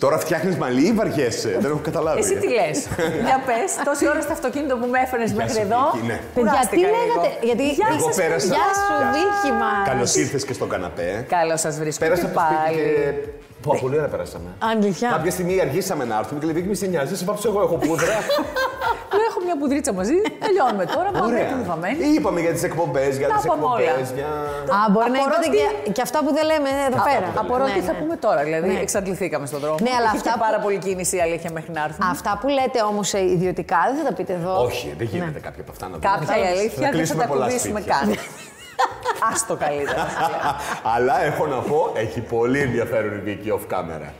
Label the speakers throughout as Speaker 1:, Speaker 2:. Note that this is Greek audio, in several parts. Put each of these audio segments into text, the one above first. Speaker 1: Τώρα φτιάχνεις μαλλί ή βαριέσαι. Δεν έχω καταλάβει.
Speaker 2: Εσύ τι λες. Για πες, τόση ώρα στο αυτοκίνητο που με έφερες μέχρι εδώ.
Speaker 1: Βίκυ, ναι.
Speaker 3: Παιδιά, τι
Speaker 2: κουράστηκα λίγο.
Speaker 3: λέγατε. Γιατί...
Speaker 2: Γεια
Speaker 1: Εγώ
Speaker 2: σας,
Speaker 1: πέρασα.
Speaker 3: Γεια σου, Βίκυ μας.
Speaker 1: Καλώς ήρθες και στον καναπέ.
Speaker 2: Καλώς σας βρίσκω.
Speaker 1: Πέρασα
Speaker 2: και
Speaker 1: από το σπίτι
Speaker 2: πάλι.
Speaker 1: και. Πω, πολύ ωραία περάσαμε.
Speaker 3: Αλήθεια.
Speaker 1: Κάποια στιγμή αργήσαμε να έρθουμε και λέει: Βίκυ, μη σε νοιάζει, σε πάψω εγώ, έχω πούδρα.
Speaker 2: Λέω, έχω μια πουδρίτσα μαζί. Τελειώνουμε τώρα. Πάμε την βαμμένη.
Speaker 1: Είπαμε για τις εκπομπές, για
Speaker 2: Τα
Speaker 1: τις
Speaker 2: είπαμε όλα.
Speaker 1: εκπομπέ. Για...
Speaker 3: Α, μπορεί να
Speaker 2: Απορώ
Speaker 3: είπατε
Speaker 2: τι-
Speaker 3: και, και αυτά που δεν λέμε εδώ πέρα.
Speaker 2: Απορώ
Speaker 3: Ναι,
Speaker 2: τι
Speaker 3: ναι.
Speaker 2: θα πούμε τώρα. Δηλαδή, εξαντληθήκαμε στον δρόμο.
Speaker 3: Ναι, αλλά
Speaker 2: Είχε
Speaker 3: αυτά
Speaker 2: και
Speaker 3: που-
Speaker 2: πάρα πολύ κίνηση η αλήθεια μέχρι να έρθουμε.
Speaker 3: Αυτά που λέτε όμως ιδιωτικά δεν θα τα πείτε εδώ.
Speaker 1: Όχι, δεν γίνεται κάποια από αυτά να δούμε.
Speaker 2: Ναι. Κάποια η αλήθεια δεν θα
Speaker 1: κλείσουμε
Speaker 2: τα
Speaker 1: πολλά
Speaker 2: ακουμπήσουμε
Speaker 1: σπίτια.
Speaker 2: καν. Άστο καλύτερα.
Speaker 1: Αλλά έχω να πω, έχει πολύ ενδιαφέρον η Βίκυ off camera.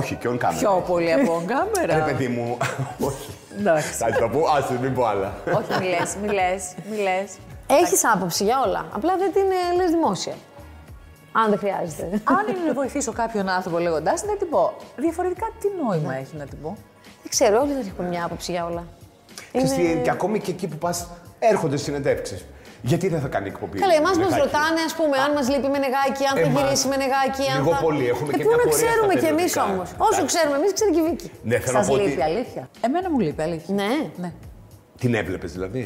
Speaker 1: Όχι, και on camera.
Speaker 2: Πιο πολύ από
Speaker 1: Ρε
Speaker 2: κάμερα.
Speaker 1: παιδί μου, όχι.
Speaker 2: Εντάξει.
Speaker 1: Θα το πω, άσε, μην πω άλλα.
Speaker 2: Όχι, μη λες, μη λες, μη λες.
Speaker 3: Έχεις άποψη για όλα. Απλά δεν την ε, λες δημόσια. Αν δεν χρειάζεται.
Speaker 2: Αν είναι να βοηθήσω κάποιον άνθρωπο λέγοντάς, να την πω. Διαφορετικά, τι νόημα έχει να την πω.
Speaker 3: δεν ξέρω, όλοι δεν έχουν μια άποψη για όλα.
Speaker 1: Ξέρεις τι, Και ακόμη και εκεί που πας, έρχονται συνεντεύξεις. Γιατί δεν θα κάνει εκπομπή.
Speaker 3: Καλά, εμάς μα
Speaker 1: Λεγάκι.
Speaker 3: ρωτάνε, ας πούμε, αν μας λείπει με νεγάκι, αν θα
Speaker 1: Ε, Εμάς.
Speaker 3: γυρίσει με νεγάκι. Αν
Speaker 1: Λίγο
Speaker 3: θα...
Speaker 1: πολύ, έχουμε
Speaker 3: Ε,
Speaker 1: και
Speaker 3: πού
Speaker 1: μια
Speaker 3: να
Speaker 1: πορεία στα
Speaker 3: ξέρουμε κι εμείς
Speaker 1: περιοδικά.
Speaker 3: όμως. Όσο
Speaker 1: Εντάξει.
Speaker 3: ξέρουμε εμείς, ξέρει και η Βίκη.
Speaker 1: Ναι, θέλω να
Speaker 2: Σας
Speaker 1: πω
Speaker 2: λείπει
Speaker 1: ότι
Speaker 2: αλήθεια. Εμένα μου λείπει αλήθεια.
Speaker 3: Ναι.
Speaker 2: ναι.
Speaker 1: την έβλεπες δηλαδή.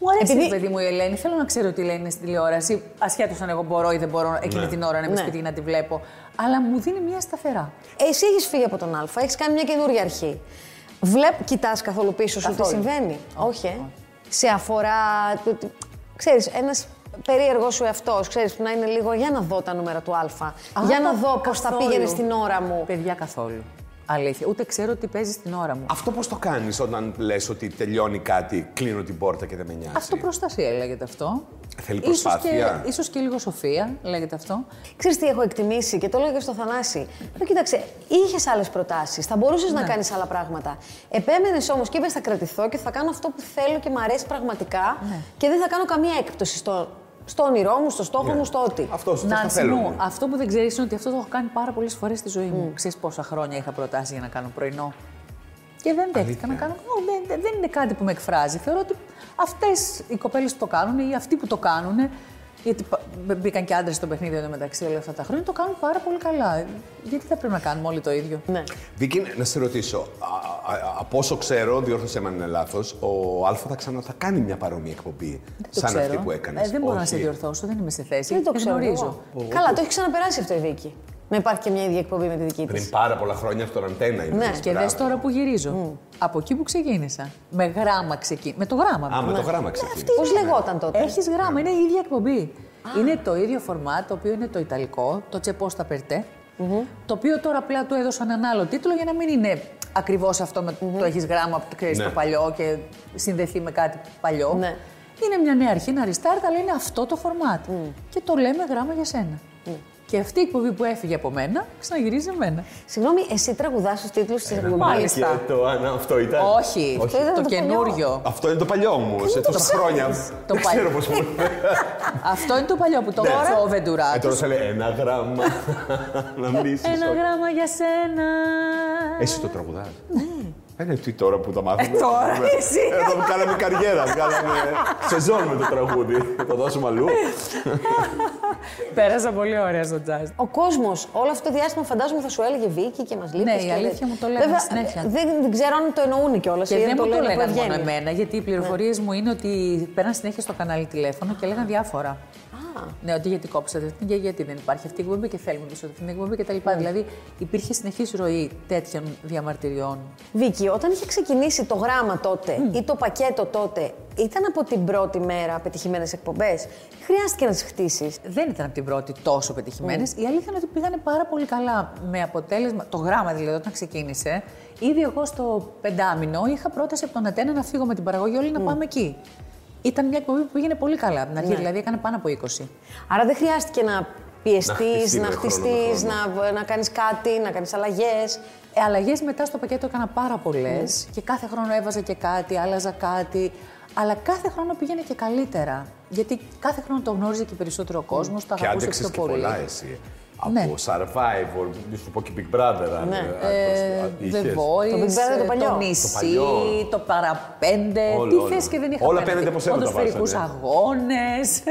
Speaker 2: Μου αρέσει
Speaker 3: Επειδή-
Speaker 2: Επειδή... παιδί μου η Ελένη. Θέλω να ξέρω ότι η Ελένη είναι στην τηλεόραση. Ασχέτως αν εγώ μπορώ ή δεν μπορώ εκείνη την ώρα να είμαι
Speaker 3: Ναι.
Speaker 2: σπίτι και να τη βλέπω. Αλλά μου δίνει μια σταθερά.
Speaker 3: Εσύ έχεις φύγει από τον Α, έχεις κάνει μια καινούργια αρχή. Βλέπ, κοιτάς καθόλου πίσω σου τι
Speaker 2: Καθόλου.
Speaker 3: συμβαίνει. Όχι. ε. Σε αφορά. Ξέρεις, ένας περίεργος σου εαυτός, ξέρεις που να είναι λίγο για να δω τα νούμερα του Α. για να
Speaker 2: τα-
Speaker 3: δω πώς θα
Speaker 2: καθόλου.
Speaker 3: πήγαινε στην ώρα μου.
Speaker 2: Παιδιά καθόλου. Αλήθεια. Ούτε ξέρω τι παίζει στην ώρα μου.
Speaker 1: Αυτό πώς το κάνεις όταν λες ότι τελειώνει κάτι, κλείνω την πόρτα και δεν με νοιάζει.
Speaker 2: Αυτοπροστασία λέγεται αυτό.
Speaker 1: Θέλει
Speaker 2: Ίσως
Speaker 1: προσπάθεια.
Speaker 2: και, ίσως και λίγο σοφία λέγεται αυτό.
Speaker 3: Ξέρεις τι έχω εκτιμήσει και το λέω και στο Θανάση. Λέω, κοίταξε, είχες άλλες προτάσεις. Θα μπορούσες να κάνεις άλλα πράγματα. Επέμενες όμως και είπες: Θα κρατηθώ και θα κάνω αυτό που θέλω και μ' αρέσει πραγματικά και δεν θα κάνω καμία έκπτωση στο, στο όνειρό μου, στο στόχο μου, στο ότι.
Speaker 1: Αυτό, στο
Speaker 2: Νάνση
Speaker 1: θέλω.
Speaker 2: μου, αυτό που δεν ξέρεις είναι ότι αυτό το έχω κάνει πάρα πολλές φορές στη ζωή μου. Ξέρεις πόσα χρόνια είχα προτάσεις για να κάνω πρωινό. Και δεν δέχτηκα να κάνω. Ω, δεν- δεν, δεν είναι κάτι που με εκφράζει. Θεωρώ ότι αυτές οι κοπέλες που το κάνουν ή αυτοί που το κάνουν. Γιατί πα- μπ- μπήκαν και άντρες στο παιχνίδι εδώ μεταξύ όλα αυτά τα χρόνια, το κάνουν πάρα πολύ καλά. Γιατί θα πρέπει να κάνουμε όλοι το ίδιο.
Speaker 3: Ναι.
Speaker 1: Βίκυ, να σε ρωτήσω. Α, α, α, από όσο ξέρω, διόρθωσε με αν είναι λάθος, ο Α θα ξανά θα κάνει μια παρόμοια εκπομπή.
Speaker 2: Δεν το
Speaker 1: σαν
Speaker 2: ξέρω.
Speaker 1: αυτή που έκανες.
Speaker 2: Ε, δεν μπορώ να σε διορθώσω, δεν είμαι σε θέση.
Speaker 3: Δεν το ξέρω.
Speaker 2: Ε, γνωρίζω.
Speaker 3: εγώ. Καλά, το έχει ξαναπεράσει αυτό η Βίκη. Να υπάρχει και μια ίδια εκπομπή με τη δική τη.
Speaker 1: Πριν πάρα πολλά χρόνια στον αντένα είναι.
Speaker 3: Ναι,
Speaker 1: αυτό,
Speaker 2: Και
Speaker 1: μπράβο.
Speaker 2: δες τώρα που γυρίζω. Από εκεί που ξεκίνησα. Με γράμμα ξεκίνησα. Με το γράμμα.
Speaker 1: Α, με το
Speaker 2: Ε,
Speaker 1: γράμμα ξεκίνησε.
Speaker 3: Πώ λεγόταν τότε.
Speaker 2: Έχεις Ε, γράμμα, είναι η ίδια εκπομπή. Είναι το ίδιο φορμάτ, το οποίο είναι το ιταλικό, το τσεπόστα περτέ. Το οποίο τώρα απλά του έδωσαν ένα άλλο τίτλο για να μην είναι ακριβώς αυτό με το έχεις γράμμα που ξέρεις
Speaker 1: Ναι.
Speaker 2: το παλιό και συνδεθεί με κάτι παλιό.
Speaker 3: Ναι.
Speaker 2: Είναι μια νέα αρχή, ένα restart, αλλά είναι αυτό το φορμάτ. Και το λέμε γράμμα για σένα. Και αυτή η εκπομπή που έφυγε από μένα ξαναγυρίζει εμένα.
Speaker 3: Συγγνώμη, εσύ τραγουδάς του τίτλους της εκπομπή.
Speaker 2: Μάλιστα.
Speaker 1: Και το αν αυτό ήταν.
Speaker 2: Ε, Όχι,
Speaker 3: Αυτό ήταν
Speaker 2: το,
Speaker 3: το παλιό.
Speaker 2: καινούριο.
Speaker 1: Αυτό είναι το παλιό όμω. Ε, τόσα χρόνια.
Speaker 2: Το
Speaker 1: δεν
Speaker 2: παλιό.
Speaker 1: ξέρω πώς μου
Speaker 2: αυτό είναι το παλιό που το
Speaker 1: Ναι.
Speaker 2: έγραψε ο
Speaker 1: Ε,
Speaker 2: Βεντουράτο.
Speaker 1: τώρα σε λέει ένα γράμμα. να μιλήσεις.
Speaker 2: Ένα γράμμα για σένα.
Speaker 1: Εσύ το τραγουδάς. Ναι. Ε, τι τώρα που τα Ναι. μάθαμε.
Speaker 2: Ε, τώρα, εσύ.
Speaker 1: Εδώ κάναμε καριέρα, βγάλαμε σεζόν με το τραγούδι. Θα το δώσουμε
Speaker 2: Ε,
Speaker 1: αλλού.
Speaker 2: Πέρασα πολύ ωραία στο jazz.
Speaker 3: Ο κόσμος όλο αυτό το διάστημα φαντάζομαι θα σου έλεγε Βίκη και μας λείπεις.
Speaker 2: Ναι, η αλήθεια μου το λένε συνέχεια.
Speaker 3: Δεν, δεν ξέρω αν το εννοούν κιόλας.
Speaker 2: Και δεν μου το λέγανε μόνο
Speaker 3: βγαίνει.
Speaker 2: εμένα, γιατί οι πληροφορίες μου είναι ότι παίρναν συνέχεια στο κανάλι τηλέφωνο και λέγανε διάφορα. Ναι, ότι γιατί κόψατε αυτήν και γιατί δεν υπάρχει αυτή η εκπομπή και θέλουμε πίσω αυτή την εκπομπή κτλ. Δηλαδή υπήρχε συνεχής ροή τέτοιων διαμαρτυριών.
Speaker 3: Βίκη, όταν είχε ξεκινήσει το γράμμα τότε ή το πακέτο τότε, ήταν από την πρώτη μέρα πετυχημένες εκπομπές. Χρειάστηκε να τις χτίσεις.
Speaker 2: δεν ήταν από την πρώτη τόσο πετυχημένες. Η αλήθεια είναι ότι πήγανε πάρα πολύ καλά. Με αποτέλεσμα, το γράμμα δηλαδή όταν ξεκίνησε, ήδη εγώ στο πεντάμινο είχα πρόταση από τον Ατένα να φύγω με την παραγωγή όλοι να πάμε εκεί. Ήταν μια εκπομπή που πήγαινε πολύ καλά από την
Speaker 1: Ναι.
Speaker 2: αρχή, δηλαδή έκανε πάνω από 20.
Speaker 3: Άρα δεν χρειάστηκε να πιεστείς,
Speaker 1: χτιστεί
Speaker 3: να
Speaker 1: με χρόνο με
Speaker 3: χτιστεί, να, να κάνεις κάτι, να κάνεις αλλαγές.
Speaker 2: Ε, Αλλαγές μετά στο πακέτο έκανα πάρα πολλές και κάθε χρόνο έβαζα και κάτι, άλλαζα κάτι. Αλλά κάθε χρόνο πήγαινε και καλύτερα. Γιατί κάθε χρόνο το γνώριζε και περισσότερο ο κόσμος, το
Speaker 1: Και
Speaker 2: αγαπούσε πιο
Speaker 1: άντεξε και
Speaker 2: πολύ.
Speaker 1: πολλά εσύ. Από
Speaker 2: Ναι.
Speaker 1: Survivor, μη σου πω και Big Brother. αν-
Speaker 3: Ναι.
Speaker 1: αν-
Speaker 2: Ε,
Speaker 1: αν-
Speaker 2: The
Speaker 1: είχες.
Speaker 2: Voice,
Speaker 3: Το Big Brother το
Speaker 2: ε,
Speaker 3: παλιό.
Speaker 2: το
Speaker 1: Το
Speaker 2: νησί,
Speaker 1: παλιό.
Speaker 2: το παραπέντε,
Speaker 1: Όλα, όλα.
Speaker 2: τι θες και δεν είχα
Speaker 1: Όλα πέντε πως έβαλα τα
Speaker 2: Ποδοσφαιρικούς
Speaker 1: βάζανε. ναι.
Speaker 2: αγώνες,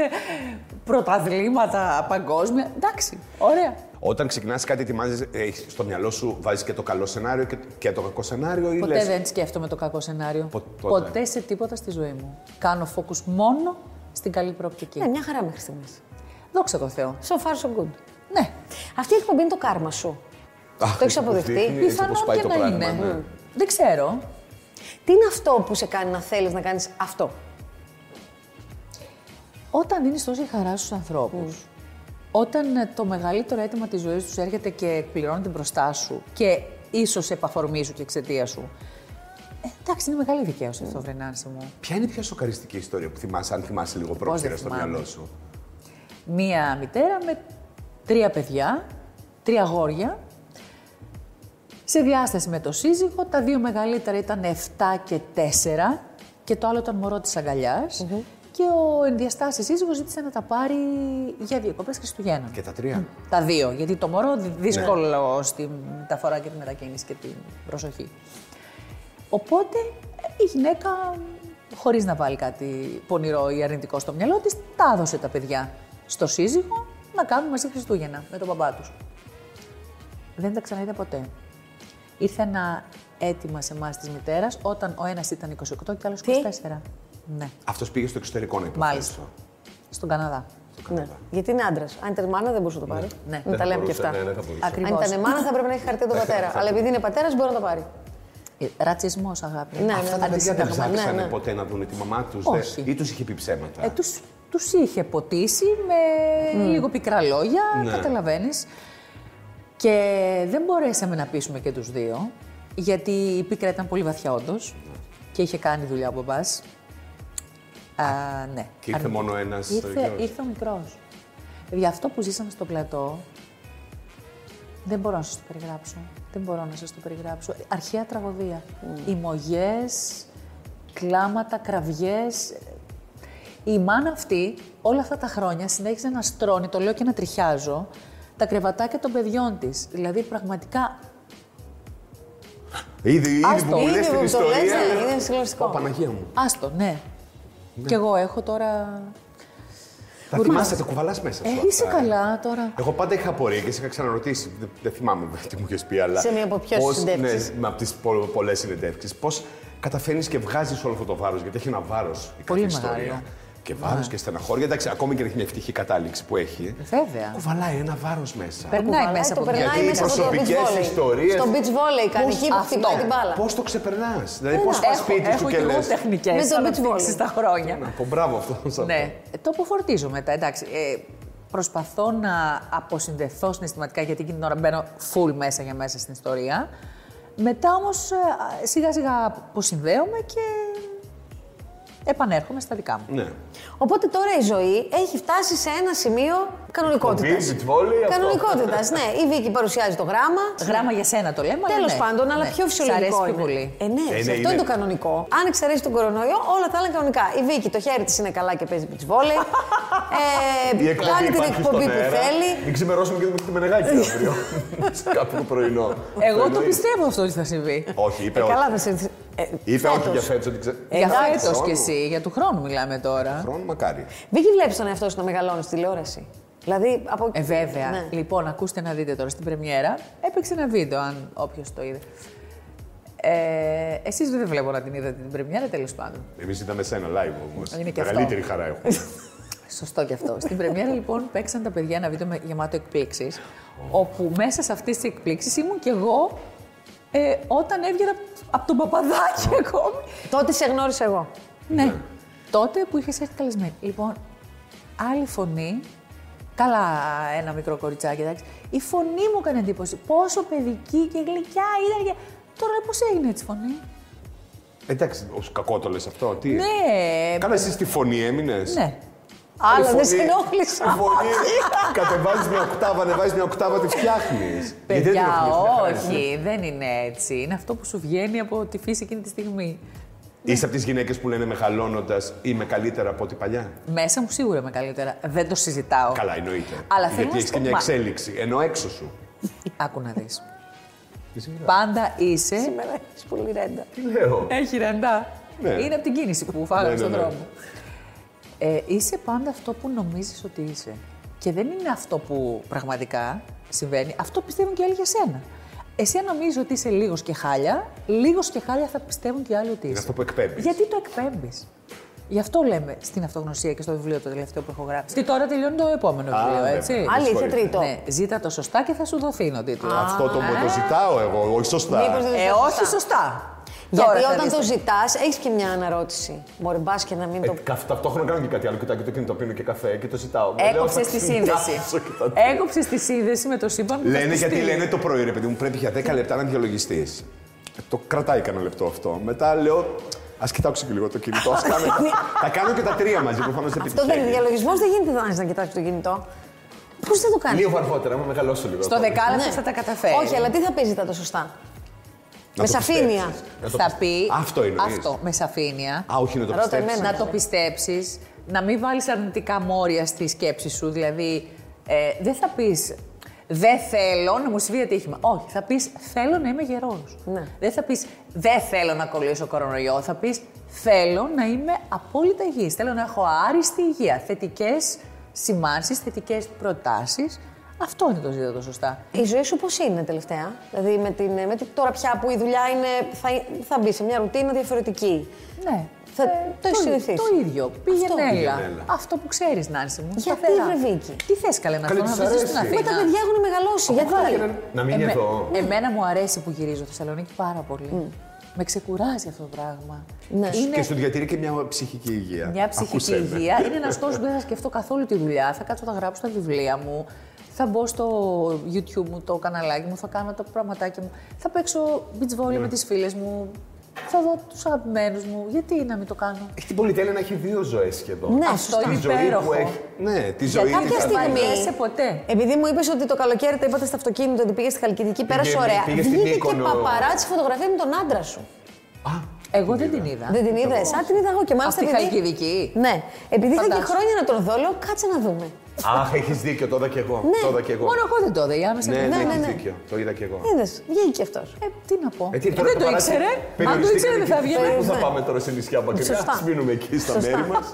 Speaker 2: πρωταθλήματα παγκόσμια, εντάξει, ωραία.
Speaker 1: Όταν ξεκινάς κάτι, ετοιμάζεις στο μυαλό σου, βάζεις και το καλό σενάριο και, και το κακό σενάριο. Ή
Speaker 2: Ποτέ
Speaker 1: λες,
Speaker 2: δεν σκέφτομαι το κακό σενάριο.
Speaker 1: Πο- τότε.
Speaker 2: Ποτέ σε τίποτα στη ζωή μου. Κάνω focus μόνο στην καλή προοπτική.
Speaker 3: Ναι, μια χαρά μέχρι στιγμής.
Speaker 2: Δόξα τω Θεώ.
Speaker 3: So far, so good.
Speaker 2: Ναι.
Speaker 3: Αυτή η εκπομπή είναι το κάρμα σου.
Speaker 1: «Αχ,
Speaker 3: το έχεις αποδεχτεί.
Speaker 1: δείχνει έτσι
Speaker 2: Πιθανόν
Speaker 1: όπως πάει
Speaker 2: και
Speaker 1: το
Speaker 2: να
Speaker 1: πράγμα,
Speaker 2: είναι.
Speaker 1: ναι.
Speaker 2: Δεν ξέρω.
Speaker 3: Τι είναι αυτό που σε κάνει να θέλεις να κάνεις αυτό.
Speaker 2: Όταν δίνεις τόση χαρά στους ανθρώπους, όταν ε, το μεγαλύτερο αίτημα της ζωής τους έρχεται και εκπληρώνεται μπροστά σου και ίσως επαφορμή σου και εξαιτία σου. Ε, εντάξει, είναι μεγάλη δικαίωση αυτό, Βρενάνση μου.
Speaker 1: Ποια είναι η πιο σοκαριστική ιστορία που θυμάσαι, αν θυμάσαι λίγο πρόχειρα
Speaker 2: δεν
Speaker 1: στο
Speaker 2: θυμάμαι.
Speaker 1: μυαλό σου.
Speaker 2: Μία μητέρα με τρία παιδιά, τρία αγόρια. Σε διάσταση με το σύζυγο, τα δύο μεγαλύτερα ήταν 7 και 4 και το άλλο ήταν μωρό της αγκαλιας Και ο ενδιαστάσεις σύζυγος ζήτησε να τα πάρει για διακοπές Χριστουγέννων.
Speaker 1: Και τα τρία.
Speaker 2: Τα δύο, γιατί το μωρό δυ- δύσκολο στη μεταφορά και τη μετακίνηση και την προσοχή. Οπότε ε, η γυναίκα, χωρίς να βάλει κάτι πονηρό ή αρνητικό στο μυαλό της, τα έδωσε τα παιδιά στο σύζυγο να κάνουν μαζί Χριστούγεννα με τον μπαμπά τους. Δεν τα ξαναείδα ποτέ. Ήρθε ένα αίτημα σε εμάς της μητέρας όταν ο ένας ήταν 28 και ο άλλος 24.
Speaker 3: Τι?
Speaker 2: Ναι,
Speaker 1: Αυτός πήγε στο εξωτερικό να υποθέσω.
Speaker 2: μάλιστα. Στον Καναδά.
Speaker 3: Ναι. Γιατί είναι άντρας. Αν ήταν μάνα δεν μπορούσε να το πάρει.
Speaker 2: Ναι.
Speaker 3: Να
Speaker 2: Δεν
Speaker 3: τα
Speaker 2: θα
Speaker 3: λέμε και
Speaker 4: μπορούσε,
Speaker 3: αυτά.
Speaker 4: ναι, δεν θα μπορούσε.
Speaker 3: Αν
Speaker 2: Ακριβώς.
Speaker 3: ήταν μάνα θα πρέπει να έχει χαρτί τον πατέρα. Αλλά επειδή είναι πατέρας μπορεί να το πάρει.
Speaker 2: Ε, Ρατσισμός, αγάπη.
Speaker 3: Ναι,
Speaker 1: Αυτά τα παιδιά δεν
Speaker 2: Αντισυνταγματικό.
Speaker 1: ψάξανε
Speaker 3: Ναι, ναι.
Speaker 1: ποτέ να δουν τη μαμά τους.
Speaker 2: Όχι.
Speaker 1: Ή τους είχε πει ψέματα.
Speaker 2: Ε, τους, τους είχε ποτίσει με λίγο πικρά λόγια,
Speaker 1: Ναι.
Speaker 2: καταλαβαίνεις. Και δεν μπορέσαμε να πείσουμε και τους δύο, γιατί η πίκρα ήταν πολύ βαθιά όντως και είχε κάνει δουλειά ο μπαμπάς. Α, ναι.
Speaker 1: Και ήρθε
Speaker 2: Αρνητικό.
Speaker 1: μόνο ε, ένα.
Speaker 2: Ήρθε, ήρθε ο μικρός. Γι' αυτό που ζήσαμε στο πλατό, δεν μπορώ να σας το περιγράψω. Δεν μπορώ να σας το περιγράψω. Αρχαία τραγωδία.
Speaker 1: Mm.
Speaker 2: Ημωγές, κλάματα, κραυγές. Η μάνα αυτή όλα αυτά τα χρόνια συνέχισε να στρώνει, το λέω και να τριχιάζω, τα κρεβατάκια των παιδιών της. Δηλαδή πραγματικά
Speaker 1: Ήδη, ήδη
Speaker 2: Άστο.
Speaker 1: που μου
Speaker 3: Ήδη
Speaker 1: λε
Speaker 3: που
Speaker 1: την
Speaker 3: το λες,
Speaker 1: ιστορία.
Speaker 3: ναι, είναι συγκλονιστικό.
Speaker 1: Ω, Παναγία μου.
Speaker 2: άστο, ναι. Κι εγώ έχω τώρα...
Speaker 1: Τα θυμάσαι, τα κουβαλάς μέσα σου.
Speaker 2: Ε,
Speaker 1: αυτά,
Speaker 2: είσαι
Speaker 1: ε.
Speaker 2: καλά τώρα.
Speaker 1: Εγώ πάντα είχα απορία και σε είχα ξαναρωτήσει. Δεν, δεν θυμάμαι τι μου είχες πει, αλλά.
Speaker 3: Σε μία από ποιες
Speaker 1: πώς-
Speaker 3: συνέντευξεις.
Speaker 1: Ναι, με από τις πολλές συνεντεύξεις. Πώς καταφέρνεις και βγάζεις όλο αυτό το βάρος, γιατί έχει ένα βάρος η
Speaker 2: Πολύ
Speaker 1: κάθε
Speaker 2: μεγάλο.
Speaker 1: ιστορία.
Speaker 3: Ναι.
Speaker 1: Και βάρος και στεναχώρια. Εντάξει, ακόμη και να έχει μια ευτυχή κατάληξη που έχει.
Speaker 2: Βέβαια.
Speaker 1: Κουβαλάει ένα βάρος μέσα.
Speaker 2: Περνάει μέσα
Speaker 3: το
Speaker 2: από
Speaker 3: περνάει
Speaker 1: Γιατί οι
Speaker 3: μέσα στο beach
Speaker 1: προσωπικές
Speaker 3: volley.
Speaker 1: ιστορίες-
Speaker 3: Στο beach volley κάνει
Speaker 2: Πώς
Speaker 3: εκεί που χτυπάει
Speaker 2: αυτό. Ναι.
Speaker 3: την μπάλα.
Speaker 1: Πώς το ξεπερνάς, Δηλαδή, πώς πας
Speaker 2: Έχω-
Speaker 1: σπίτι σου
Speaker 2: έχω
Speaker 1: και
Speaker 2: εγώ
Speaker 1: λες.
Speaker 2: τεχνικές
Speaker 3: Με το beach
Speaker 2: αναπτύξεις
Speaker 3: volley.
Speaker 2: τα χρόνια.
Speaker 1: Να πω μπράβο αυτό. σε αυτό.
Speaker 2: Ναι, το αποφορτίζω μετά, εντάξει. Ε, προσπαθώ να αποσυνδεθώ συναισθηματικά γιατί εκείνη την ώρα μπαίνω full μέσα για μέσα στην ιστορία. Μετά όμως ε, α, σιγά σιγά αποσυνδέομαι και επανέρχομαι στα δικά μου.
Speaker 1: Ναι.
Speaker 3: Οπότε τώρα η ζωή έχει φτάσει σε ένα σημείο κανονικότητας.
Speaker 1: Εκπομπή, beach volley, αυτό.
Speaker 3: Κανονικότητας, ναι. Η Βίκη παρουσιάζει το γράμμα.
Speaker 2: Γράμμα για σένα το λέμε, αλλά
Speaker 3: Τέλος
Speaker 2: ναι.
Speaker 3: πάντων, αλλά
Speaker 2: Ναι. Σ'
Speaker 3: πιο
Speaker 2: αρέσει
Speaker 3: φυσιολογικό.
Speaker 2: πιο
Speaker 3: είναι.
Speaker 2: πολύ.
Speaker 3: Ε, ναι,
Speaker 1: Ε, ναι,
Speaker 3: αυτό
Speaker 1: είναι.
Speaker 3: είναι το κανονικό. Αν εξαιρέσει τον κορονοϊό, όλα τα άλλα είναι κανονικά. Η Βίκη, το χέρι της είναι καλά και παίζει beach volley.
Speaker 1: Η
Speaker 3: ε,
Speaker 1: εκπομπή
Speaker 3: κάνει την
Speaker 1: υπάρχει
Speaker 3: εκπομπή
Speaker 1: στον
Speaker 3: που
Speaker 1: αέρα.
Speaker 3: θέλει.
Speaker 1: Μην ξημερώσουμε και δούμε τη μενεγάκι αύριο. Κάπου το πρωινό.
Speaker 2: Εγώ το
Speaker 1: Εννοείς.
Speaker 2: πιστεύω αυτό ότι θα συμβεί.
Speaker 1: Όχι, είπε
Speaker 3: Ε,
Speaker 1: όχι.
Speaker 3: καλά, θα σε. Ε,
Speaker 1: Είπε όχι
Speaker 3: φέτος.
Speaker 1: για φέτος. ότι ξε-
Speaker 2: για
Speaker 3: εντάξει.
Speaker 2: φέτος κι
Speaker 1: Χρόνο.
Speaker 2: εσύ, για του χρόνου μιλάμε τώρα.
Speaker 1: Χρόνο μακάρι.
Speaker 3: Βίκη, βλέπεις τον εαυτό σου να μεγαλώνεις στη τηλεόραση. Δηλαδή, από...
Speaker 2: Ε, βέβαια.
Speaker 3: Ναι.
Speaker 2: Λοιπόν, ακούστε να δείτε τώρα στην πρεμιέρα. Έπαιξε ένα βίντεο, αν όποιος το είδε. Ε, εσείς δεν βλέπω να την είδατε την πρεμιέρα, τέλος πάντων.
Speaker 1: Εμείς είδαμε σένα live όμως.
Speaker 2: Είναι και αυτό.
Speaker 1: Μεγαλύτερη χαρά έχουμε.
Speaker 2: Σωστό κι αυτό. Στην πρεμιέρα λοιπόν παίξαν τα παιδιά ένα βίντεο με- γεμάτο εκπλήξεις. Όπου μέσα σε αυτές τις εκπλήξεις ήμουν κι εγώ ε, όταν έβγαινα από τον παπαδάκι ακόμη.
Speaker 3: Τότε σε γνώρισα εγώ.
Speaker 2: Ναι. Τότε που είχες έρθει καλεσμένη. Λοιπόν, άλλη φωνή. Καλά, ένα μικρό κοριτσάκι, εντάξει. Η φωνή μου έκανε εντύπωση. Πόσο παιδική και γλυκιά ήταν. Και... Τώρα πώς έγινε έτσι η φωνή.
Speaker 1: Εντάξει, ως κακό το λες αυτό. Τι.
Speaker 2: Ναι.
Speaker 1: Καλά, εσύ στη φωνή έμεινες.
Speaker 2: Ναι.
Speaker 3: Αλλά δεν σε ενόχλησα.
Speaker 1: Η φωνή. Κατεβάζεις μια οκτάβα, ανεβάζεις μια οκτάβα, τη φτιάχνεις.
Speaker 2: Παιδιά, όχι, δεν είναι έτσι. Είναι αυτό που σου βγαίνει από τη φύση εκείνη τη στιγμή.
Speaker 1: Είσαι από τις γυναίκες που λένε μεγαλώνοντας είμαι καλύτερα από ό,τι παλιά.
Speaker 2: Μέσα μου σίγουρα είμαι καλύτερα. Δεν το συζητάω.
Speaker 1: Καλά, εννοείται.
Speaker 2: Αλλά θέλω
Speaker 1: Γιατί
Speaker 2: να
Speaker 1: έχεις
Speaker 2: σου
Speaker 1: και
Speaker 2: πω,
Speaker 1: μια
Speaker 2: μα-
Speaker 1: εξέλιξη. Ενώ έξω σου.
Speaker 2: Άκου να δεις. Πάντα είσαι.
Speaker 3: Σήμερα έχεις πολύ ρέντα.
Speaker 1: Τι λέω.
Speaker 2: Έχει ραντά.
Speaker 1: Ναι.
Speaker 2: Είναι από την κίνηση που φάγαμε
Speaker 1: Ναι, ναι,
Speaker 2: στον
Speaker 1: ναι.
Speaker 2: δρόμο. Ε, είσαι πάντα αυτό που νομίζεις ότι είσαι. Και δεν είναι αυτό που πραγματικά συμβαίνει. Αυτό πιστεύουν και οι άλλοι για σένα. Εσύ αν νομίζεις ότι είσαι λίγος και χάλια, λίγος και χάλια θα πιστεύουν και οι άλλοι ότι είσαι.
Speaker 1: αυτό που εκπέμπεις.
Speaker 2: Γιατί το εκπέμπεις. Γι' αυτό λέμε στην αυτογνωσία και στο βιβλίο το τελευταίο που έχω γράψει. Τι τώρα τελειώνει το επόμενο
Speaker 1: Α,
Speaker 2: βιβλίο,
Speaker 1: βέβαια.
Speaker 2: έτσι.
Speaker 1: Α,
Speaker 3: Αλήθεια,
Speaker 1: συγχωρείτε.
Speaker 3: τρίτο.
Speaker 2: Ναι, ζήτα το σωστά και θα σου δοθεί είναι ο τίτλο.
Speaker 1: Αυτό το, το ζητάω εγώ, όχι σωστά.
Speaker 3: Μήπως δεν
Speaker 2: Ε,
Speaker 3: το
Speaker 2: όχι
Speaker 3: ζητάς.
Speaker 2: σωστά. Τώρα
Speaker 3: Γιατί
Speaker 2: θα
Speaker 3: όταν
Speaker 2: δεις.
Speaker 3: το ζητάς, έχεις και μια αναρώτηση. Μπορεί μπας και να μην
Speaker 1: Ε,
Speaker 3: το.
Speaker 1: κα- ταυτόχρονα κάνω και κάτι άλλο. Κοιτάω και το κινητό, πίνω και καφέ και το ζητάω. Λέω,
Speaker 2: Έκοψε
Speaker 1: θα
Speaker 2: Ε, τη
Speaker 1: ξυπνιάσω
Speaker 2: σύνδεση. Ε,
Speaker 1: και τα τέτοια.
Speaker 2: Έκοψες τη σύνδεση με το σύμπαν που θα
Speaker 1: Λένε
Speaker 2: χτιστεί.
Speaker 1: γιατί λένε το πρωί, ρε παιδί μου, πρέπει για 10
Speaker 2: Ε.
Speaker 1: λεπτά να διαλογιστεί. Το κρατάει κανένα λεπτό αυτό. Μετά λέω, ας κοιτάξω και λίγο το κινητό. Ας κάνω... τα κάνω και τα τρία μαζί, προφανώ δεν
Speaker 3: Αυτό δεν είναι διαλογισμός, δεν γίνεται να να κοιτάξεις το κινητό. Πώς δεν το κάνεις.
Speaker 1: Λίγο αργότερα, άμα μεγαλώσω λίγο.
Speaker 2: Στο
Speaker 1: ακόμη.
Speaker 2: δεκάλεπτο θα τα καταφέρεις.
Speaker 3: Όχι, αλλά τι θα πει ζητά το σωστά.
Speaker 1: Να
Speaker 3: με
Speaker 1: το
Speaker 3: σαφήνεια.
Speaker 1: πιστέψεις. Να το
Speaker 2: Θα
Speaker 1: πιστέψεις.
Speaker 2: πει
Speaker 1: Αυτό εννοείς.
Speaker 2: αυτό με σαφήνεια.
Speaker 1: Α, όχι να το
Speaker 3: Ρώτα
Speaker 1: πιστέψεις.
Speaker 3: εμένα.
Speaker 2: να το πιστέψεις, να μην βάλεις αρνητικά μόρια στη σκέψη σου. Δηλαδή, ε, δεν θα πεις Δεν θέλω να μου συμβεί ατύχημα. Όχι, θα πεις Θέλω να είμαι γερός.
Speaker 3: Ναι.
Speaker 2: Δεν θα πεις Δεν θέλω να κολλήσω κορονοϊό. Θα πεις Θέλω να είμαι απόλυτα υγιής. Θέλω να έχω άριστη υγεία. Θετικές σημάνσεις, θετικές προτάσεις. Αυτό είναι το ζήτημα το σωστά.
Speaker 3: Η ζωή σου πώς είναι τελευταία. Δηλαδή με την, με την, τώρα πια που η δουλειά είναι, θα, θα μπει σε μια ρουτίνα διαφορετική.
Speaker 2: Ναι.
Speaker 3: Θα Ε, το έχεις συνηθίσει.
Speaker 2: Το ίδιο. Πήγαινε έλα.
Speaker 1: Πήγαινε έλα.
Speaker 2: Αυτό που ξέρεις, Νάνση μου.
Speaker 3: Γιατί,
Speaker 2: σταθερά.
Speaker 3: βρε, Βίκυ?
Speaker 2: Τι θες καλέ να
Speaker 1: Καλή,
Speaker 2: θέλω να
Speaker 1: της
Speaker 2: βρεθείς στην
Speaker 1: αρέσει.
Speaker 2: Αθήνα.
Speaker 3: Μα τα παιδιά έχουν μεγαλώσει. Γιατί
Speaker 1: Να μείνει
Speaker 2: Εμέ-
Speaker 1: εδώ.
Speaker 2: Εμένα μου αρέσει που γυρίζω Θεσσαλονίκη πάρα πολύ. Με ξεκουράζει αυτό το πράγμα.
Speaker 3: Ναι.
Speaker 2: Είναι
Speaker 1: Και σου διατηρεί και μια ψυχική υγεία.
Speaker 2: μια ψυχική
Speaker 1: Ακούσε ναι. δηλαδή. με.
Speaker 2: υγεία. Είναι ένας τόνο που δεν θα σκεφτώ καθόλου τη δουλειά. Θα κάτσω, θα γράψω τα βιβλία μου. Θα μπω στο YouTube μου, το καναλάκι μου, θα κάνω τα πραγματάκια μου. Θα παίξω beach volley
Speaker 1: Ναι.
Speaker 2: με τις φίλες μου. Θα δω τους αγαπημένους μου. Γιατί να μην το κάνω.
Speaker 1: Έχει την πολυτέλεια να έχει δύο ζωές σχεδόν.
Speaker 3: Ναι,
Speaker 2: Αυτό
Speaker 3: σωστά.
Speaker 2: είναι
Speaker 1: Τη ζωή που
Speaker 2: υπέροχο.
Speaker 1: έχει. Ναι, τη ζωή
Speaker 2: κάποια
Speaker 1: της
Speaker 2: στιγμή-
Speaker 1: Αθήνας.
Speaker 2: βαριέσαι ποτέ.
Speaker 3: Επειδή μου είπες ότι το καλοκαίρι τα είπατε στο αυτοκίνητο, ότι πήγες στη Χαλκιδική, πέρασε ωραία.
Speaker 1: πήγε στην
Speaker 3: Βγήκε και
Speaker 1: Μύκονο.
Speaker 3: παπαράτσι φωτογραφία με τον άντρα σου.
Speaker 2: Εγώ
Speaker 1: Ναι.
Speaker 2: δεν την είδα.
Speaker 3: Δεν την είδα εσά, την είδα εγώ και μάλιστα.
Speaker 2: Αυτή η
Speaker 3: επειδή-
Speaker 2: Χαλκιδική.
Speaker 3: Ναι. Επειδή είχα και
Speaker 2: Φαντάσου.
Speaker 3: χρόνια να τον δω, λέω κάτσε να δούμε.
Speaker 1: Αχ, έχεις δίκιο, το είδα και εγώ.
Speaker 3: Ναι,
Speaker 1: Το είδα και εγώ.
Speaker 2: Μόνο εγώ δεν το είδα. Η άμεσα
Speaker 1: Ναι, ναι,
Speaker 3: ναι,
Speaker 1: έχεις
Speaker 3: ναι.
Speaker 1: δίκιο. Το είδα και εγώ.
Speaker 3: Είδες, βγήκε αυτός.
Speaker 2: Ε, τι να πω.
Speaker 1: Ε, τι,
Speaker 2: Ε,
Speaker 1: τώρα
Speaker 2: δεν το
Speaker 1: παράτσι-
Speaker 2: ήξερε. Αν το
Speaker 1: περιοριστήκαμε
Speaker 2: ήξερε, δεν
Speaker 1: εκεί.
Speaker 2: θα βγαίνει.
Speaker 1: Πού θα
Speaker 3: Ναι.
Speaker 1: πάμε τώρα σε νησιά μακριά,
Speaker 3: Σωστά.
Speaker 1: ας μείνουμε εκεί στα
Speaker 3: Σωστά.
Speaker 1: μέρη μας.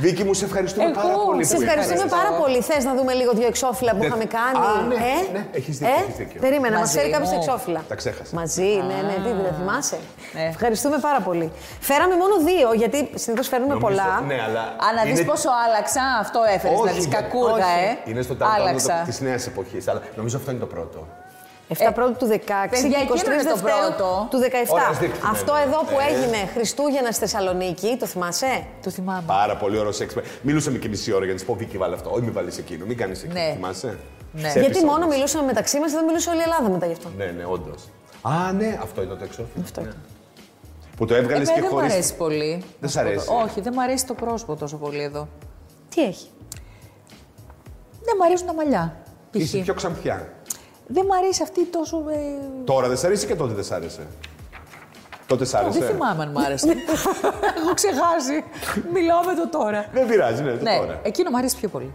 Speaker 1: Βίκυ μου, σε ευχαριστούμε
Speaker 2: Εγώ,
Speaker 1: πάρα πολύ.
Speaker 3: Σε
Speaker 1: που
Speaker 3: ευχαριστούμε
Speaker 1: ήρθες.
Speaker 3: πάρα πολύ. Θες να δούμε λίγο δύο εξώφυλλα που
Speaker 1: Ναι.
Speaker 3: είχαμε κάνει.
Speaker 1: Α, ναι,
Speaker 3: ε?
Speaker 1: ναι, έχεις δίκιο,
Speaker 3: Ε,
Speaker 1: έχεις δίκιο.
Speaker 3: Περίμενα, μας
Speaker 2: Μαζί
Speaker 3: φέρει κάποιος
Speaker 2: μου.
Speaker 3: εξώφυλλα.
Speaker 1: Τα ξέχασα.
Speaker 3: Μαζί, ναι, ναι, τι δεν τα θυμάσαι.
Speaker 2: Ναι.
Speaker 3: Ευχαριστούμε πάρα πολύ. Φέραμε μόνο δύο, γιατί συνήθως φέρνουμε
Speaker 1: Νομίζω-
Speaker 3: πολλά.
Speaker 1: Ναι, αλλά
Speaker 2: Α, να δεις
Speaker 1: είναι-
Speaker 2: πόσο άλλαξα, αυτό έφερε.
Speaker 1: Όχι,
Speaker 2: Να δει
Speaker 1: γιατί-
Speaker 2: κακούργα,
Speaker 1: όχι.
Speaker 2: ε.
Speaker 1: Είναι στο
Speaker 2: Άλλαξα.
Speaker 1: τάμπανο της νέας εποχής. Αλλά νομίζω αυτό είναι το πρώτο.
Speaker 3: 7 πρώτου του 16
Speaker 2: Ε, παιδιά,
Speaker 3: και 23
Speaker 2: εκείνο είναι το
Speaker 3: Δευτέρου
Speaker 2: πρώτο.
Speaker 3: του 17.
Speaker 1: Ωραία, ας δείξουμε
Speaker 3: Αυτό
Speaker 1: εδώ.
Speaker 3: εδώ που
Speaker 1: Ε.
Speaker 3: έγινε Χριστούγεννα στη Θεσσαλονίκη, το θυμάσαι.
Speaker 2: Το θυμάμαι.
Speaker 1: Πάρα πολύ ωραίο σεξ. Μιλούσαμε και μισή ώρα για να της πω Βίκυ, βάλε αυτό. Όχι, μην βάλεις εκείνο, μην κάνεις εκείνο.
Speaker 2: Ναι.
Speaker 1: Θυμάσαι.
Speaker 2: Ναι.
Speaker 1: Σε
Speaker 3: Γιατί
Speaker 1: έπεισα
Speaker 3: μόνο
Speaker 1: όμως.
Speaker 3: μιλούσαμε μεταξύ μας, δεν μιλούσε όλη η Ελλάδα μετά γι' αυτό.
Speaker 1: Ναι, ναι, όντως. Α, ναι, αυτό είναι το εξώφυλλο.
Speaker 3: Αυτό ήταν.
Speaker 1: Που το έβγαλες
Speaker 2: Εμένα
Speaker 1: και
Speaker 2: Ε, δεν μου
Speaker 1: χωρίς.
Speaker 2: αρέσει πολύ.
Speaker 1: Δεν σ' αρέσει.
Speaker 2: Όχι, δεν μου αρέσει το πρόσωπο τόσο πολύ εδώ.
Speaker 3: Τι έχει.
Speaker 2: Δεν μου αρέσουν τα μαλλιά. π.χ.
Speaker 1: Είσαι πιο ξανθιά.
Speaker 2: Δεν μου αρέσει αυτή τόσο. ε,
Speaker 1: Τώρα δεν σ' αρέσει και τότε δεν σ' άρεσε. Τότε σ' άρεσε.
Speaker 2: Δεν θυμάμαι αν μου άρεσε. Έχω ξεχάσει. Μιλάω με το τώρα.
Speaker 1: Δεν πειράζει, ναι, το
Speaker 2: Ναι,
Speaker 1: τώρα.
Speaker 2: εκείνο μου αρέσει πιο πολύ.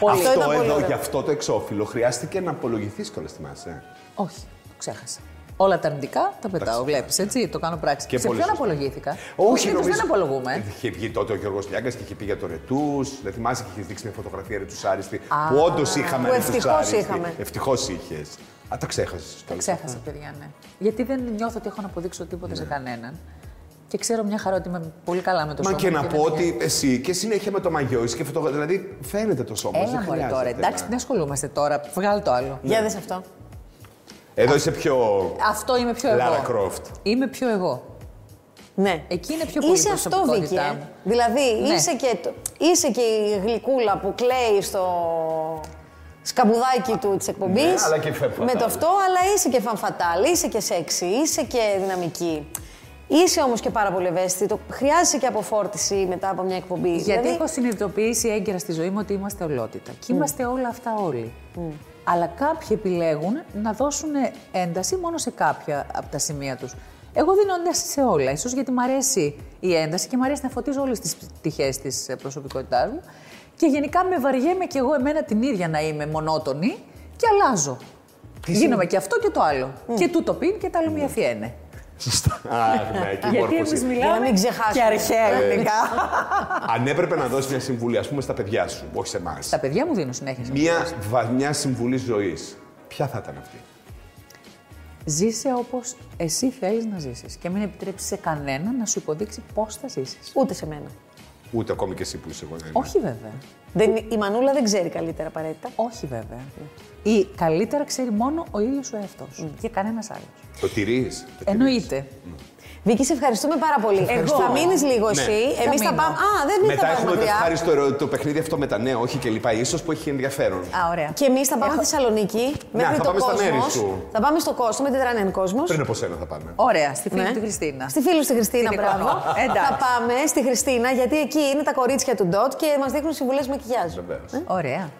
Speaker 2: Πολύ.
Speaker 1: Αυτό
Speaker 3: ήταν πολύ
Speaker 1: εδώ,
Speaker 3: ωραίο.
Speaker 1: γι' αυτό το εξώφυλλο, χρειάστηκε να απολογηθείς κιόλας, θυμάσαι.
Speaker 2: Όχι, το ξέχασα. Όλα τα αρνητικά τα πετάω, βλέπεις έτσι, το κάνω πράξη.
Speaker 1: Και
Speaker 2: σε
Speaker 1: πολύ
Speaker 2: ποιον
Speaker 1: σωστά.
Speaker 2: απολογήθηκα. Συνήθως δεν απολογούμε. ε.
Speaker 1: Είχε βγει τότε ο Γιώργος Λιάγκας και είχε πει για το Ρετούς. Δεν θυμάσαι και είχε δείξει μια φωτογραφία Ρετούς Άριστη. που όντως είχαμε
Speaker 3: που
Speaker 1: Ρετούς
Speaker 3: ευτυχώς
Speaker 1: Άριστη.
Speaker 3: είχαμε.
Speaker 1: Ευτυχώς είχες. Α, τα ξέχασες.
Speaker 2: Το ξέχασα, παιδιά, ναι. Γιατί δεν νιώθω ότι έχω να αποδείξω τίποτα
Speaker 1: Ναι.
Speaker 2: σε κανέναν. Και ξέρω μια χαρά ότι είμαι πολύ καλά με το
Speaker 1: Μα
Speaker 2: σώμα.
Speaker 1: και
Speaker 2: μου
Speaker 1: να πω
Speaker 2: με τα
Speaker 1: ότι εσύ και συνέχεια με το μαγιό είσαι και φωτογραφία. Δηλαδή φαίνεται το σώμα.
Speaker 2: μαλλιά.
Speaker 1: δεν
Speaker 2: Έλα μωρέ
Speaker 1: χρειάζεται ναι.
Speaker 2: τώρα, εντάξει,
Speaker 1: να-
Speaker 2: τι ασχολούμαστε τώρα, βγάλω το άλλο.
Speaker 3: Για δες αυτό.
Speaker 1: Εδώ είσαι πιο.
Speaker 2: Αυτό είμαι πιο εγώ.
Speaker 1: Λάρα Κρόφτ.
Speaker 2: Είμαι πιο εγώ.
Speaker 3: Ναι.
Speaker 2: Εκεί είναι πιο πολύ
Speaker 3: Είσαι
Speaker 2: η
Speaker 3: αυτό,
Speaker 2: προσωπικότητά
Speaker 3: Βίκυ. ε.
Speaker 2: μου.
Speaker 3: Δηλαδή,
Speaker 2: Ναι.
Speaker 3: είσαι, και, το- είσαι και η γλυκούλα που κλαίει στο σκαμπουδάκι του της εκπομπής.
Speaker 1: Ναι, αλλά και femme fatale.
Speaker 3: Με το αυτό, αλλά είσαι και φανφατάλ, είσαι και σεξι, είσαι και δυναμική. Είσαι όμως και πάρα πολύ ευαίσθητο. Χρειάζεσαι και αποφόρτιση μετά από μια εκπομπή.
Speaker 2: Γιατί
Speaker 3: Δηλαδή,
Speaker 2: έχω συνειδητοποιήσει έγκαιρα στη ζωή μου ότι είμαστε ολότητα. Και είμαστε όλα αυτά όλοι. Αλλά κάποιοι επιλέγουν να δώσουν ένταση μόνο σε κάποια από τα σημεία τους. Εγώ δίνω ένταση σε όλα. ίσως γιατί μου αρέσει η ένταση και μου αρέσει να φωτίζω όλες τις πτυχές της προσωπικότητάς μου. Και γενικά με βαριέμαι κι εγώ εμένα την ίδια να είμαι μονότονη και αλλάζω. Γίνομαι και αυτό και το άλλο. Και του το πίν και τα άλλο μία φιένε.
Speaker 1: Σωστά. Αχ, ναι, εκεί η
Speaker 2: Γιατί
Speaker 1: μόρφωση.
Speaker 2: εμείς
Speaker 3: Για να
Speaker 2: μιλάμε
Speaker 3: μην ξεχάσουμε.
Speaker 2: και αρχαία ελληνικά.
Speaker 1: Αν έπρεπε να δώσεις μια συμβουλή, ας πούμε, στα παιδιά σου, όχι σε εμάς.
Speaker 2: Τα παιδιά μου δίνουν συνέχεια.
Speaker 1: Μια βαθιά συμβουλή ζωής. Ποια θα ήταν αυτή.
Speaker 2: Ζήσε όπως εσύ θέλεις να ζήσεις και μην επιτρέψεις σε κανένα να σου υποδείξει πώς θα ζήσεις.
Speaker 3: Ούτε σε μένα.
Speaker 1: Ούτε ακόμη και εσύ που είσαι εγώ. ναι. δεν είναι.
Speaker 2: Όχι βέβαια.
Speaker 3: Δεν, η Μανούλα δεν ξέρει καλύτερα απαραίτητα.
Speaker 2: Όχι βέβαια. Ή καλύτερα ξέρει μόνο ο ίδιος ο εαυτός και κανένας άλλος.
Speaker 1: Το τηρείς.
Speaker 2: Εννοείται.
Speaker 3: Βίκυ, σε ευχαριστούμε πάρα πολύ.
Speaker 2: ευχαριστώ.
Speaker 3: Θα μείνεις λίγο
Speaker 1: Ναι.
Speaker 3: εσύ.
Speaker 2: Θα
Speaker 3: Εμείς θα
Speaker 2: μείνω.
Speaker 3: πάμε. Α, δεν μην θα
Speaker 1: Μετά
Speaker 3: πάμε
Speaker 1: έχουμε το
Speaker 3: μακριά.
Speaker 1: ευχάριστο ερω- το παιχνίδι αυτό με τα ναι, όχι κλπ. ίσως που έχει ενδιαφέρον.
Speaker 2: Α, ωραία.
Speaker 3: Και εμείς θα πάμε στη Θεσσαλονίκη μέχρι
Speaker 1: θα
Speaker 3: το
Speaker 1: πάμε στα μέρη
Speaker 3: κόσμος.
Speaker 1: σου.
Speaker 3: Θα πάμε στο κόσμο με την Τρανέν Κόσμος.
Speaker 1: Πριν από σένα θα πάμε.
Speaker 2: Ωραία, στη φίλη
Speaker 3: Ναι.
Speaker 2: του τη Χριστίνα.
Speaker 3: Στη φίλη στη Χριστίνα,
Speaker 2: Την
Speaker 3: μπράβο.
Speaker 2: εικόνα. Εντάξει.
Speaker 3: Θα πάμε στη Χριστίνα, γιατί εκεί είναι τα κορίτσια του Ντότ και μας δείχνουν συμβουλές μακιγιάζ.
Speaker 1: Βεβαίως.
Speaker 2: Ωραία.